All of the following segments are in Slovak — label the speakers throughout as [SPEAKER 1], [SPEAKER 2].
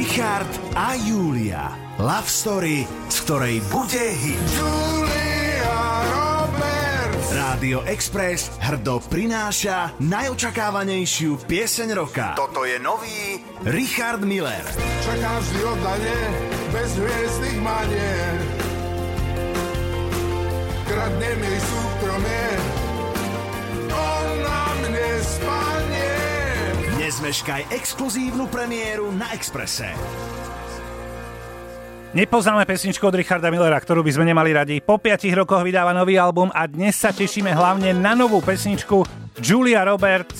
[SPEAKER 1] Richard a Julia. Love story, z ktorej bude hit.
[SPEAKER 2] Julia Roberts.
[SPEAKER 1] Rádio Express hrdo prináša najočakávanejšiu pieseň roka. Toto je nový Richard Miller.
[SPEAKER 2] Čaká vždy oddanie, bez hviezdnych manier. Kradne mi súkromie, on na mne spanie.
[SPEAKER 1] Nezmeškaj exkluzívnu premiéru na Exprese.
[SPEAKER 3] Nepoznáme pesničku od Richarda Millera, ktorú by sme nemali radi. Po 5 rokoch vydáva nový album a dnes sa tešíme hlavne na novú pesničku Julia Robert,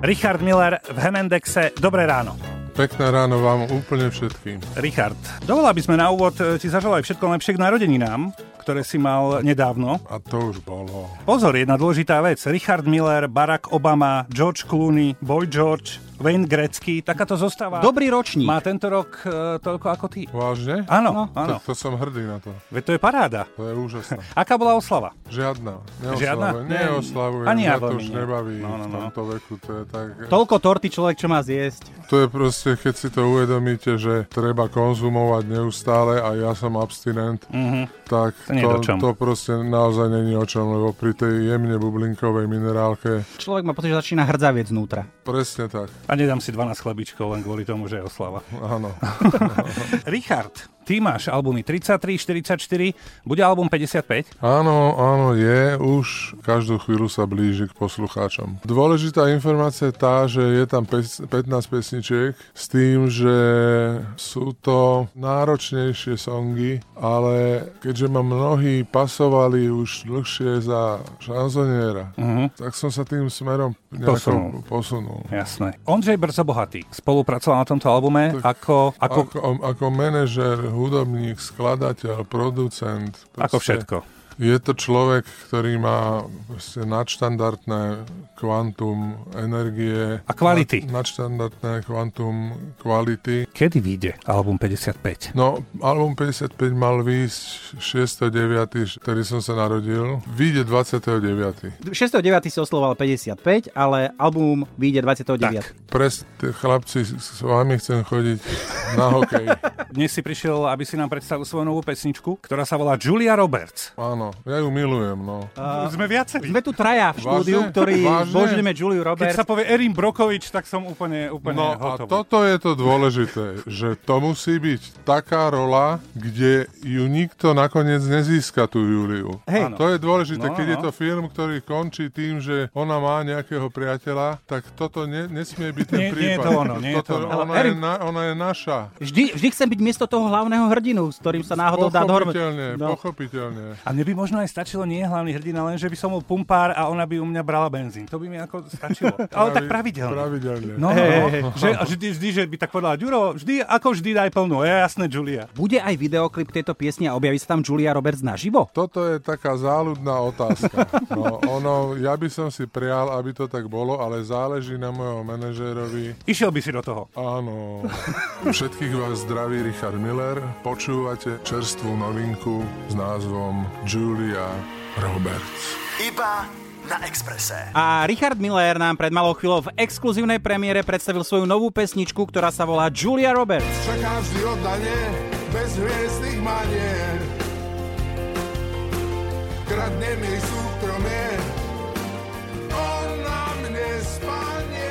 [SPEAKER 3] Richard Miller v Hemendexe. Dobré ráno.
[SPEAKER 4] Pekné ráno vám úplne všetkým.
[SPEAKER 3] Richard, dovolila by sme na úvod e, ti zaželať všetko najlepšie k narodeninám, ktoré si mal nedávno.
[SPEAKER 4] A to už bolo.
[SPEAKER 3] Pozor, jedna dôležitá vec. Richard Miller, Barack Obama, George Clooney, Boy George, Wayne Gretzky, takáto zostáva.
[SPEAKER 5] Dobrý ročník.
[SPEAKER 3] Má tento rok e, toľko ako ty.
[SPEAKER 4] Vážne?
[SPEAKER 3] Áno, áno.
[SPEAKER 4] Tak to som hrdý na to.
[SPEAKER 3] Veď to je paráda.
[SPEAKER 4] To je úžasné.
[SPEAKER 3] Aká bola oslava?
[SPEAKER 4] Žiadna.
[SPEAKER 3] Žiadna?
[SPEAKER 4] Neoslavujem. Neoslavujem.
[SPEAKER 3] Ani ja
[SPEAKER 4] Mňa to
[SPEAKER 3] veľmi
[SPEAKER 4] už
[SPEAKER 3] nie.
[SPEAKER 4] nebaví
[SPEAKER 3] No, no,
[SPEAKER 4] v
[SPEAKER 3] no.
[SPEAKER 4] tomto veku. To je tak...
[SPEAKER 5] Toľko torty človek, čo má zjesť.
[SPEAKER 4] To je proste, keď si to uvedomíte, že treba konzumovať neustále a ja som abstinent, tak
[SPEAKER 3] Mhm. To nie je o
[SPEAKER 4] to,
[SPEAKER 3] čom.
[SPEAKER 4] to proste naozaj není o čom, lebo pri tej jemne bublinkovej minerálke
[SPEAKER 5] Človek má pocit, že začína hrdzavieť znútra.
[SPEAKER 4] presne tak.
[SPEAKER 3] A nedám si 12 chlebičkov len kvôli tomu, že je oslava.
[SPEAKER 4] Áno.
[SPEAKER 3] Richard, ty máš albumy 33, 44, bude album 55.
[SPEAKER 4] Áno, áno, je. Už každú chvíľu sa blíži k poslucháčom. Dôležitá informácia je tá, že je tam pes- 15 pesničiek s tým, že sú to náročnejšie songy, ale keďže ma mnohí pasovali už dlhšie za šanzoniera, tak som sa tým smerom
[SPEAKER 3] Mhm. Posunul.
[SPEAKER 4] nejako posunul.
[SPEAKER 3] Jasné. Ondřej Brzo Bohatý spolupracoval na tomto albume ako, ako,
[SPEAKER 4] Ako, ako, ako manažer, hudobník, skladateľ, producent.
[SPEAKER 3] ako
[SPEAKER 4] proste-
[SPEAKER 3] všetko.
[SPEAKER 4] Je to človek, ktorý má proste nadštandardné kvantum energie.
[SPEAKER 3] A kvality.
[SPEAKER 4] Nad, nadštandardné kvantum kvality.
[SPEAKER 3] Kedy vyjde album 55?
[SPEAKER 4] No, album 55 mal výjsť 6.9., ktorý som sa narodil. Vyjde 29.
[SPEAKER 5] 6.9. si oslovoval 55, ale album vyjde 29.
[SPEAKER 3] Tak.
[SPEAKER 4] Pres, t- chlapci, s s vami chcem chodiť na hokej.
[SPEAKER 3] Dnes si prišiel, aby si nám predstavil svoju novú pesničku, ktorá sa volá Julia Roberts.
[SPEAKER 4] Áno, ja ju milujem, no.
[SPEAKER 3] Uh, Sme viacerí.
[SPEAKER 5] Sme tu traja v štúdiu,
[SPEAKER 4] Vážne?
[SPEAKER 5] ktorí
[SPEAKER 4] Vážne?
[SPEAKER 5] božujeme Juliu
[SPEAKER 3] Keď
[SPEAKER 5] Roberts.
[SPEAKER 3] sa povie Erin Brokovič, tak som úplne, úplne
[SPEAKER 4] No a
[SPEAKER 3] hotový.
[SPEAKER 4] toto je to dôležité, že to musí byť taká rola, kde ju nikto nakoniec nezíska, tú Juliu. A
[SPEAKER 5] Hej.
[SPEAKER 4] to je
[SPEAKER 3] No,
[SPEAKER 4] dôležité, keď
[SPEAKER 3] no.
[SPEAKER 4] je to film, ktorý končí tým, že ona má nejakého priateľa, tak toto ne, nesmie byť ten
[SPEAKER 3] Nie- nie je
[SPEAKER 4] prípad.
[SPEAKER 3] to ono, nie je to
[SPEAKER 4] Toto-
[SPEAKER 3] ono.
[SPEAKER 4] Ona,
[SPEAKER 5] Ale
[SPEAKER 4] je
[SPEAKER 5] Erik-
[SPEAKER 4] na, ona je naša.
[SPEAKER 5] Vždy, vždy chcem byť miesto toho hlavného hrdinu, s ktorým sa náhodou dá dohromady.
[SPEAKER 4] Pochopiteľne,
[SPEAKER 5] No.
[SPEAKER 4] pochopiteľne.
[SPEAKER 3] A mne by možno aj stačilo nie hlavný hrdina, len že by som bol pumpár a ona by u mňa brala benzín. To by mi ako stačilo. Ale tak
[SPEAKER 4] Pravi-
[SPEAKER 3] pravidelne.
[SPEAKER 4] Pravidelne.
[SPEAKER 3] No, no, no. Že, a vždy, vždy, že by tak povedala, Ďuro, vždy, ako vždy, daj plnú. Je jasné, Julia.
[SPEAKER 5] Bude aj videoklip tejto piesne a objaví sa tam Julia Roberts naživo?
[SPEAKER 4] Toto je taká záľudná otázka. No, ono, ja by som si prial, aby to tak bolo, ale záleží na mojom manažérovi,
[SPEAKER 3] Išiel by si do toho.
[SPEAKER 4] Áno. Všetkých vás zdraví Richard Miller. Počúvate čerstvú novinku s názvom Julia Roberts.
[SPEAKER 1] Iba na Exprese.
[SPEAKER 5] A Richard Miller nám pred malou chvíľou v exkluzívnej premiére predstavil svoju novú pesničku, ktorá sa volá Julia Roberts.
[SPEAKER 2] Čaká vždy oddanie, bez hviezdnych manier. Kradne mi súkromie, on na mne spanie.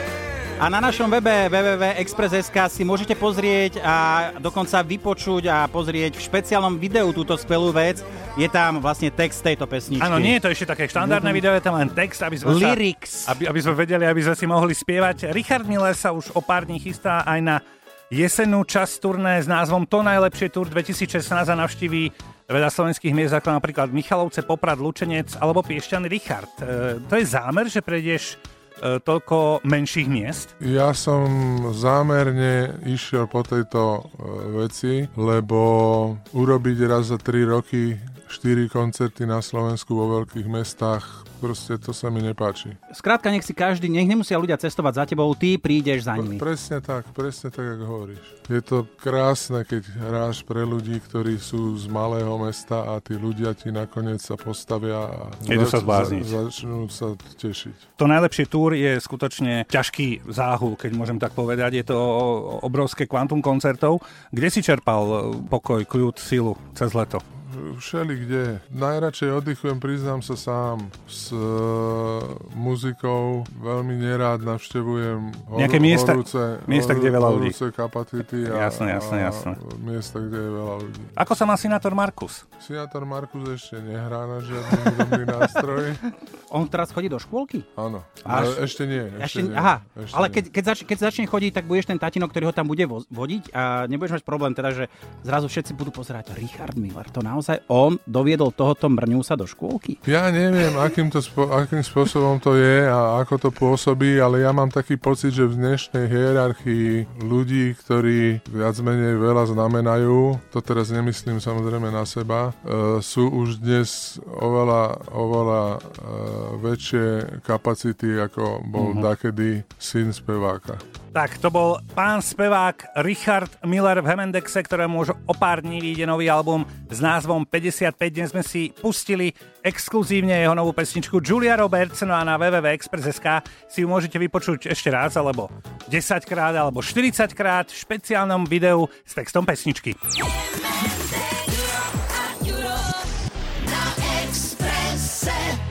[SPEAKER 5] A na našom webe www.express.sk si môžete pozrieť a dokonca vypočuť a pozrieť v špeciálnom videu túto skvelú vec. Je tam vlastne text tejto pesničky.
[SPEAKER 3] Áno, nie je to ešte také štandardné video, je tam len text, aby sme sa-
[SPEAKER 5] Lyrics.
[SPEAKER 3] Aby, aby sme vedeli, aby sme si mohli spievať. Richard Miller sa už o pár dní chystá aj na jesennú časť turné s názvom To najlepšie tur 2016 a navštíví veľa slovenských miest, ako napríklad Michalovce, Poprad, Lučenec alebo Piešťan Richard. E, to je zámer, že prejdeš e, toľko menších miest?
[SPEAKER 4] Ja som zámerne išiel po tejto e, veci, lebo urobiť raz za 3 roky 4 koncerty na Slovensku vo veľkých mestách Proste to sa mi nepáči.
[SPEAKER 5] Skrátka, nech si každý, nech nemusia ľudia cestovať za tebou, ty prídeš za nimi.
[SPEAKER 4] Presne tak, presne tak, ako hovoríš. Je to krásne, keď hráš pre ľudí, ktorí sú z malého mesta a tí ľudia ti nakoniec sa postavia a
[SPEAKER 3] Idú sa
[SPEAKER 4] zač-
[SPEAKER 3] zblázniť.
[SPEAKER 4] za- začnú sa tešiť.
[SPEAKER 3] To najlepšie túr je skutočne ťažký záhul, keď môžem tak povedať. Je to obrovské kvantum koncertov. Kde si čerpal e, pokoj, kľud, silu cez leto?
[SPEAKER 4] Všeli kde. Najradšej oddychujem, priznám sa sám, s e, muzikou. Veľmi nerád navštevujem hor-
[SPEAKER 3] Nejaké miesta-
[SPEAKER 4] horúce,
[SPEAKER 3] miesta, kde je veľa ľudí.
[SPEAKER 4] horúce kapacity a,
[SPEAKER 3] Jasné, jasné, jasné.
[SPEAKER 4] a miesta, kde je veľa ľudí.
[SPEAKER 3] Ako sa má senátor Markus?
[SPEAKER 4] Senátor Markus ešte nehrá na žiadny hudobný nástroj.
[SPEAKER 5] On teraz chodí do škôlky?
[SPEAKER 4] Áno,
[SPEAKER 5] Až-
[SPEAKER 4] ale ešte nie. Ešte, nie.
[SPEAKER 5] aha,
[SPEAKER 4] ešte
[SPEAKER 5] ale
[SPEAKER 4] nie.
[SPEAKER 5] keď, keď, zač, keď začne chodiť, tak budeš ten tatino, ktorý ho tam bude vo, vodiť a nebudeš mať problém teda, že zrazu všetci budú pozerať Richard Miller, to naozaj on doviedol tohoto mrňúsa do škôlky.
[SPEAKER 4] Ja neviem, akým, to spo- akým spôsobom to je a ako to pôsobí, ale ja mám taký pocit, že v dnešnej hierarchii ľudí, ktorí viac menej veľa znamenajú, to teraz nemyslím samozrejme na seba, e, sú už dnes oveľa, oveľa e, väčšie kapacity, ako bol
[SPEAKER 5] Mhm.
[SPEAKER 4] mm-hmm. dakedy syn speváka.
[SPEAKER 3] Tak to bol pán spevák Richard Miller v Hemendexe, ktorému už o pár dní vyjde nový album s názvom 55. Dnes sme si pustili exkluzívne jeho novú pesničku Julia Roberts, no a na www.express.sk si ju môžete vypočuť ešte raz, alebo 10 krát, alebo 40 krát v špeciálnom videu s textom pesničky.
[SPEAKER 6] Music